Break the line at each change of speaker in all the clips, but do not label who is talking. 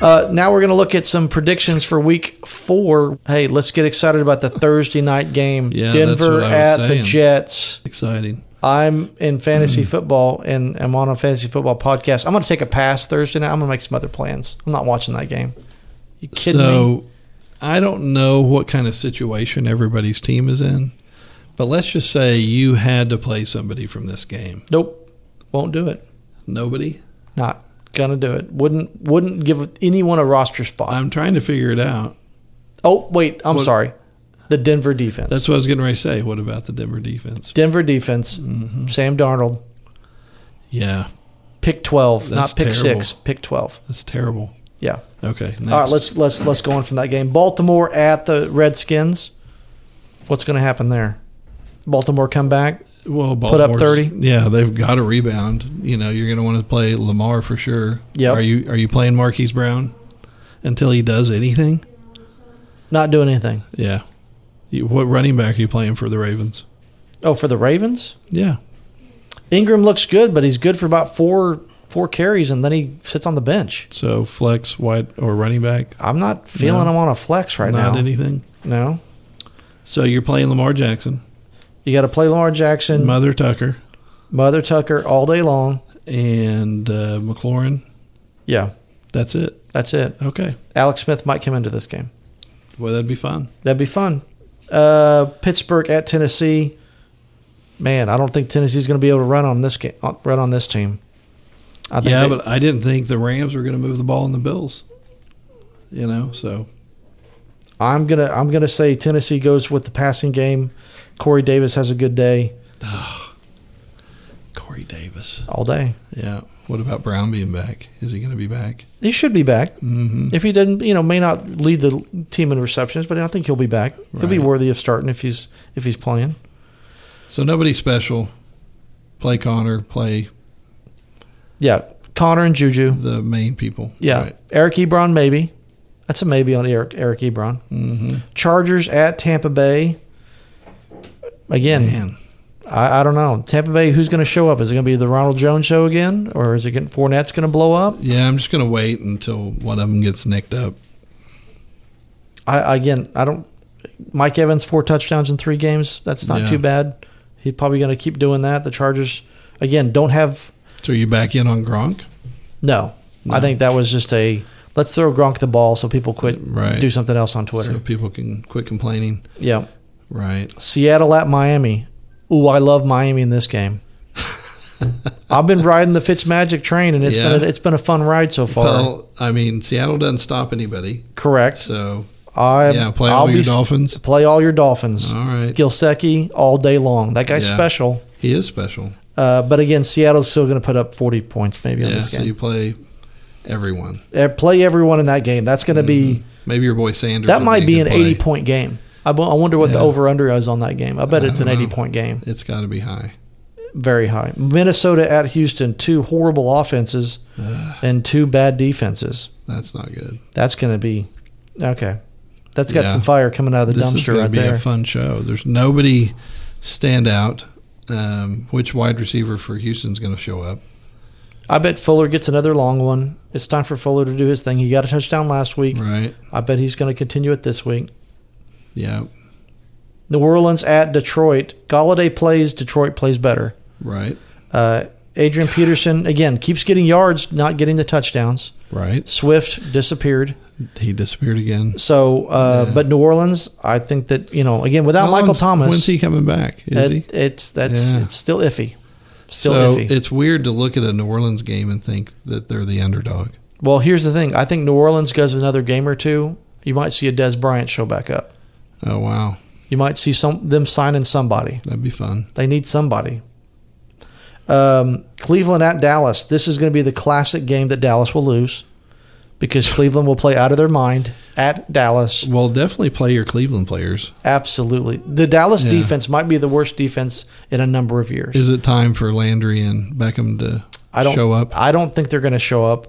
Uh, now we're going to look at some predictions for week four. Hey, let's get excited about the Thursday night game.
Yeah, that's
Denver
what I was
at the
saying. Hmm.
Jets.
Exciting.
I'm in fantasy football and I'm on a fantasy football podcast. I'm going to take a pass Thursday night. I'm going to make some other plans. I'm not watching that game. You kidding me?
so I don't know what kind of situation everybody's team is in, but let's just say you had to play somebody from this game.
Nope. Won't do it.
Nobody.
Not gonna do it. Wouldn't wouldn't give anyone a roster spot.
I'm trying to figure it out.
oh wait, I'm
What-
sorry. The Denver defense.
That's what I was getting ready to say. What about the Denver defense?
Denver defense.
Mm-hmm.
Sam Darnold.
Yeah,
Pick twelve,
That's
not pick
terrible.
six. Pick twelve.
that's terrible.
Yeah.
Okay. Next.
All right. Let's let's let's go on from that game. Baltimore at the Redskins. What's going to happen there? Baltimore come back.
well,
put up
Baltimore's-
30.
Yeah, they've got to rebound. You know, you're going to want to play Lamar for sure.
Yep.
Are you Are you playing Marquise Brown until he does anything?
Not doing anything.
Yeah. You, what running back are you playing for the Ravens?
Oh, for the Ravens.
Yeah.
Ingram looks good, but he's good for about four four carries, and then he sits on the bench.
So flex, white, or running back.
I'm not feeling
No.
him on a flex right
not
now.
anything.
no.
So you're playing Lamar Jackson,
You got to play Lamar Jackson,
Mother Tucker,
Mother Tucker all day long.
and uh, McLaurin.
Yeah,
That's it.
that's it.
Okay.
Alex Smith might come into this game.
Well, that'd be fun.
That'd be fun. Uh, Pittsburgh at Tennessee. Man, I don't think Tennessee's going to be able to run on this game, run on this team. I think
Yeah,
they-
but I didn't think the Rams were going to move the ball in the Bills. You know, so
I'm gonna I'm gonna say Tennessee goes with the passing game. Corey Davis has a good day
Corey Davis.
all day.
Yeah. What about Brown being back? Is he going to be back?
He should be back.
Mm-hmm.
If he doesn't, you know, may not lead the team in receptions, but I think he'll be back. He'll be
Right.
worthy of starting if he's if he's playing.
So nobody special. Play Connor. Play
Yeah, Connor and Juju.
the main people.
Yeah,
Right.
Eric Ebron maybe. That's a maybe on Eric Eric Ebron.
Mm-hmm.
Chargers at Tampa Bay. Again,
Man,
I, I don't know. Tampa Bay, who's going to show up? Is it going to be the Ronald Jones show again, or is it getting Fournette's going to blow up?
yeah. I'm just going to wait until one of them gets nicked up.
I again, I don't. Mike Evans four touchdowns in three games. That's not
Yeah.
too bad. He's probably going to keep doing that. The Chargers again don't have
So you back in on Gronk?
no. I
No.
think that was just a let's throw Gronk the ball so people quit
Right.
do something else on Twitter.
So people can quit complaining.
yeah.
Right.
Seattle at Miami. Ooh, I love Miami in this game. I've been riding the Fitzmagic train, and it's
Yeah.
been a, it's been a fun ride so far.
Well, I mean, Seattle doesn't stop anybody.
Correct.
So,
I
yeah, play
Um, I'll
all
be
your
s-
Dolphins.
Play all your Dolphins.
All right.
Gilsecki all day long. That guy's
Yeah.
special.
He is special.
Uh, but again, Seattle's still going to put up 40 points maybe on
Yeah,
this
so you
game.
play everyone.
Uh, play everyone in that game. That's going to
Mm-hmm.
be
Maybe your boy Sanders.
that
will
might
a
be
good
an
play.
80 point game. I, w- I wonder what the
Yeah.
over under is on that game. I bet
I
it's an
don't
80
know.
point game.
It's got to be high.
Very high. Minnesota at Houston, two horrible offenses and two bad defenses.
That's not good.
That's going to be okay. That's got
Yeah.
some fire coming out of the
this is
dumpster
going
right
to be
there.
a fun show. There's nobody stand out. Um, which wide receiver for Houston's going to show up?
I bet Fuller gets another long one. It's time for Fuller to do his thing. He got a touchdown last week.
Right.
I bet he's going to continue it this week.
Yeah.
New Orleans at Detroit. Galladay plays. Detroit plays better.
Right.
Uh, Adrian Peterson again keeps getting yards, not getting the touchdowns.
Right.
Swift disappeared.
He disappeared again.
So, uh,
Yeah.
but New Orleans, I think that you know again without
How
Michael
long's-
Thomas,
When's he coming back? Is
it-
he?
it's that's
Yeah.
it's still iffy. Still
so
iffy.
it's weird to look at a New Orleans game and think that they're the underdog.
Well, here's the thing. I think New Orleans goes another game or two. You might see a Des Bryant show back up.
Oh wow,
You might see some them signing somebody.
that'd be fun.
They need somebody. Um, Cleveland at Dallas. This is going to be the classic game that Dallas will lose because Cleveland will play out of their mind at Dallas.
Well, definitely play your Cleveland players.
Absolutely. The Dallas
Yeah.
defense might be the worst defense in a number of years.
Is it time for Landry and Beckham to
I don't
show up?
I don't think they're going to show up.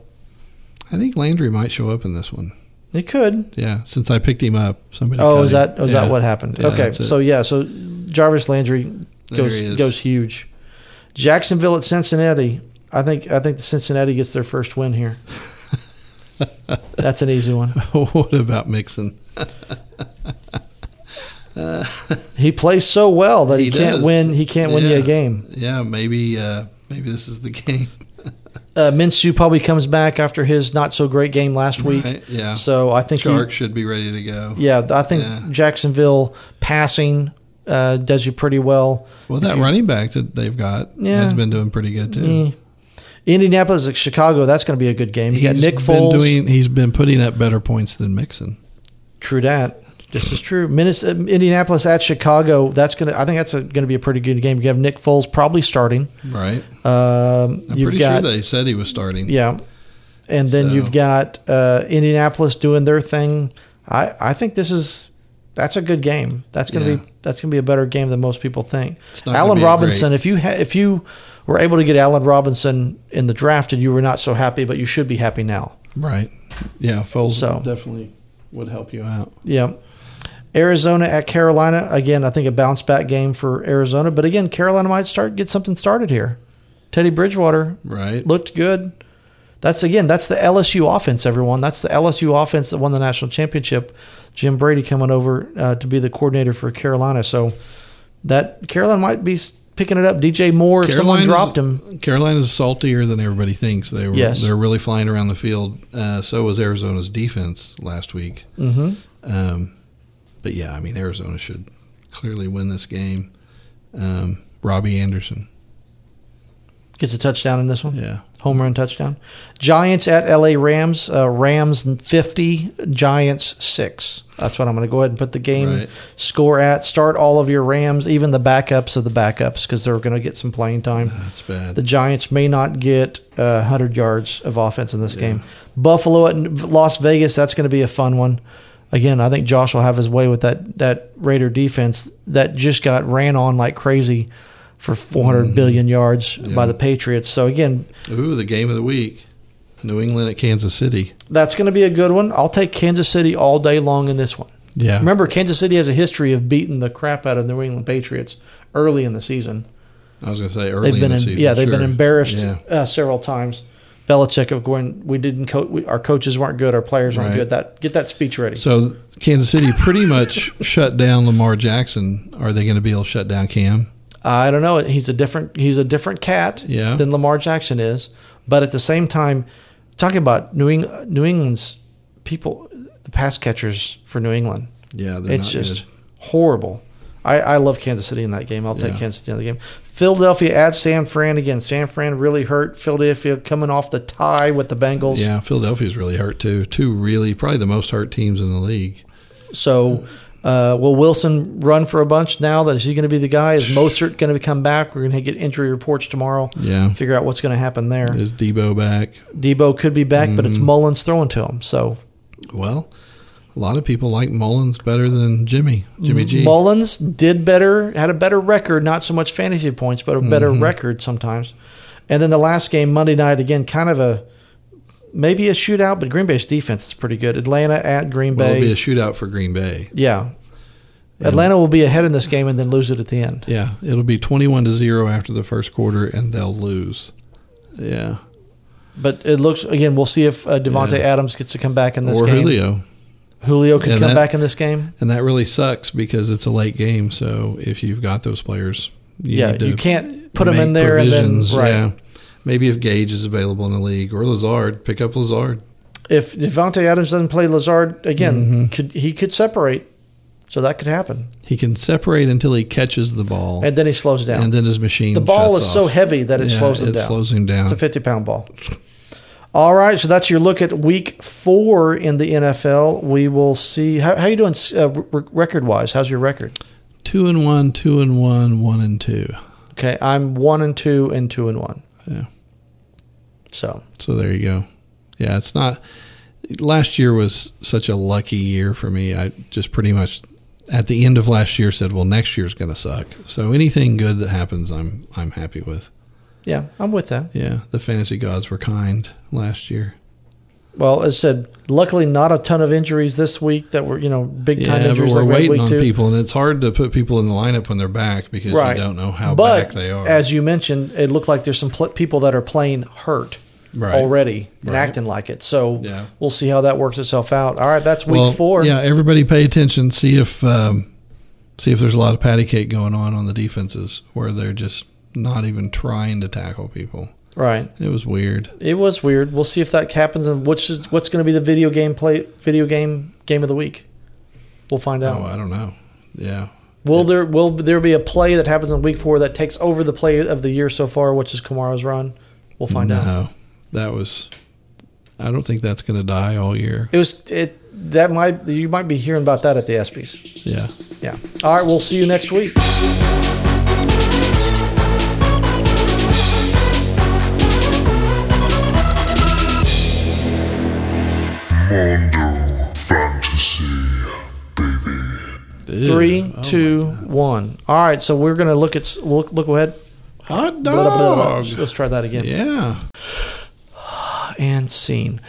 I think Landry might show up in this one.
They could.
Yeah, since I picked him up, somebody.
Oh,
cut
is
him.
that is
Yeah.
that what happened?
Yeah,
okay,
that's it.
so yeah, so Jarvis Landry
There
goes
he is.
goes huge. Jacksonville at Cincinnati. I think I think the Cincinnati gets their first win here. That's an easy one.
what about Mixon?
He plays so well that he,
He
can't
does.
win. He can't win you a
Yeah.
game.
Yeah, maybe uh, maybe this is the game.
Uh, Minshew probably comes back after his not so great game last week.
Right? Yeah.
So I think he-
Shark should be ready to go.
yeah, I think
Yeah.
Jacksonville passing uh, does you pretty well.
Well, that
you-
running back that they've got
Yeah.
has been doing pretty good too.
Eh. Indianapolis, at Chicago, that's going to be a good game. You got
He's
Nick
been
Foles.
doing- he's been putting up better points than Mixon.
True that. This is true. Minnesota, Indianapolis at Chicago. That's gonna. I think that's a, gonna be a pretty good game. You have Nick Foles probably starting.
Right.
Um,
I'm
you've
pretty
got
sure they said he was starting.
yeah, and then
So-
you've got uh, Indianapolis doing their thing. I I think this is that's a good game. That's gonna
Yeah.
be that's gonna be a better game than most people think.
It's not gonna
Allen
be
Robinson.
great.
If you ha- if you were able to get Allen Robinson in the draft and you were not so happy, but you should be happy now.
Right. Yeah, Foles
So-
definitely would help you out.
Yeah. Arizona at Carolina. Again, I think a bounce back game for Arizona. But again, Carolina might start get something started here. Teddy Bridgewater
Right.
looked good. That's again, that's the LSU offense, everyone. That's the LSU offense that won the national championship. Jim Brady coming over uh, to be the coordinator for Carolina. So that Carolina might be s- picking it up. DJ Moore, if someone
Carolina's-
dropped him.
Carolina's saltier than everybody thinks. They were
Yes.
they're really flying around the field. Uh, so was Arizona's defense last week.
hmm
Um, but yeah, I mean Arizona should clearly win this game. Um, Robbie Anderson.
Gets a touchdown in this one.
Yeah.
home run touchdown. Giants at LA Rams. Uh, Rams 50, Giants 6. That's what I'm going to go ahead and put the game
Right.
score at. Start all of your Rams, even the backups of the backups, because they're going to get some playing time.
That's bad.
The Giants may not get uh, 100 yards of offense in this game. Buffalo at Las Vegas, that's going to be a fun one. Again, I think Josh will have his way with that, that Raider defense that just got ran on like crazy for 400 billion yards by
Mm-hmm. Yeah.
the Patriots. So, again,
Ooh, the game of the week. New England at Kansas City.
That's going to be a good one. I'll take Kansas City all day long in this one.
Yeah.
Remember, Kansas City has a history of beating the crap out of New England Patriots early in the season.
I was gonna say early
they've been,
in the
em-
season.
yeah, they've been
sure.
embarrassed
Yeah.
uh, several times. Belichick of going, we didn't, co- we, our coaches weren't good, our players weren't
Right.
good. That get that speech ready.
So Kansas City pretty much shut down Lamar Jackson. Are they going to be able to shut down Cam?
I don't know. He's a different, he's a different cat
Yeah.
than Lamar Jackson is, but at the same time, talking about New, Eng- New England's people, the pass catchers for New England.
Yeah, they're
It's
not
just horrible. I, I love Kansas City in that game. I'll take
Yeah.
Kansas City in the game. Philadelphia at San Fran again. San Fran really hurt. Philadelphia coming off the tie with the Bengals.
good. Yeah, Philadelphia's really hurt too. Two really probably the most hurt teams in the league.
So uh, will Wilson run for a bunch now? That is he going to be the guy? Is Mozart going to come back? We're going to get injury reports tomorrow.
Yeah,
Figure out what's going to happen there.
is Debo back?
Debo could be back, but it's
Mm.
Mullins throwing to him. So
Well, a lot of people like Mullins better than Jimmy. Jimmy G.
Mullins did better, had a better record, not so much fantasy points, but a better
Mhm.
record sometimes. And then the last game, Monday night, again, kind of a maybe a shootout, but Green Bay's defense is pretty good. Atlanta at Green
well, it'll
Bay.
be a shootout for Green Bay.
yeah.
And-
Atlanta will be ahead in this game and then lose it at the end.
Yeah, it'll be twenty-one to zero after the first quarter, and they'll lose. Yeah,
But it looks, again, we'll see if uh, Devontae
Yeah.
Adams gets to come back in this
or
game.
Julio.
Julio could
And
come
that-
back in this game.
And that really sucks because it's a late game. So if you've got those players, you
yeah,
need to
you can't put him
make
in there and then.
provisions.
Right.
Yeah. Maybe if Gage is available in the league or Lazard, pick up Lazard.
If Devontae Adams doesn't play Lazard again,
Mhm.
could he could separate. So that could happen.
He can separate until he catches the ball, and,
and then he slows down.
then his machine.
the ball
shuts
is so
off.
heavy that it
Yeah,
slows him
it
down.
slows him down.
It's a 50 pound ball. All right, so that's your look at week four in the NFL. We will see. How, how you doing uh, record wise? How's your record?
two and one, two and one, one and two.
Okay, I'm one and two and two and one.
Yeah.
So
So there you go. Yeah, it's not. Last year was such a lucky year for me. I just pretty much at the end of last year said, "Well, next year's going to suck." So anything good that happens, I'm I'm happy with.
yeah, I'm with that.
Yeah, the fantasy gods were kind last year.
Well, as I said, luckily not a ton of injuries this week that were you know big time
yeah, but
injuries
we're
like we had
waiting
week
on
two.
people, and it's hard to put people in the lineup when they're back because
Right.
you don't know how
but
back they are.
as you mentioned, it looked like there's some pl- people that are playing hurt.
Right.
already and
Right.
acting like it. So
Yeah.
we'll see how that works itself out. All right, that's week
Well,
four.
Yeah, everybody pay attention. See if um, see if there's a lot of patty cake going on on the defenses where they're just not even trying to tackle people.
Right.
It was weird.
It was weird. We'll see if that happens and which is what's going to be the video game play video game game of the week. We'll find out.
Oh, I don't know. Yeah,
Will there will there be a play that happens in week four that takes over the play of the year so far, which is Kamara's run? We'll find
no,
out.
that was. I don't think that's going to die all year.
It was it that might you might be hearing about that at the ESPYS.
Yeah.
Yeah. All right. We'll see you next week.
Mondo Fantasy.
Three,
Oh
two, one. All right. So we're gonna look at s- look look ahead.
Hot
Blah, blah, blah, blah.
dog.
Let's try that again.
Yeah.
And scene.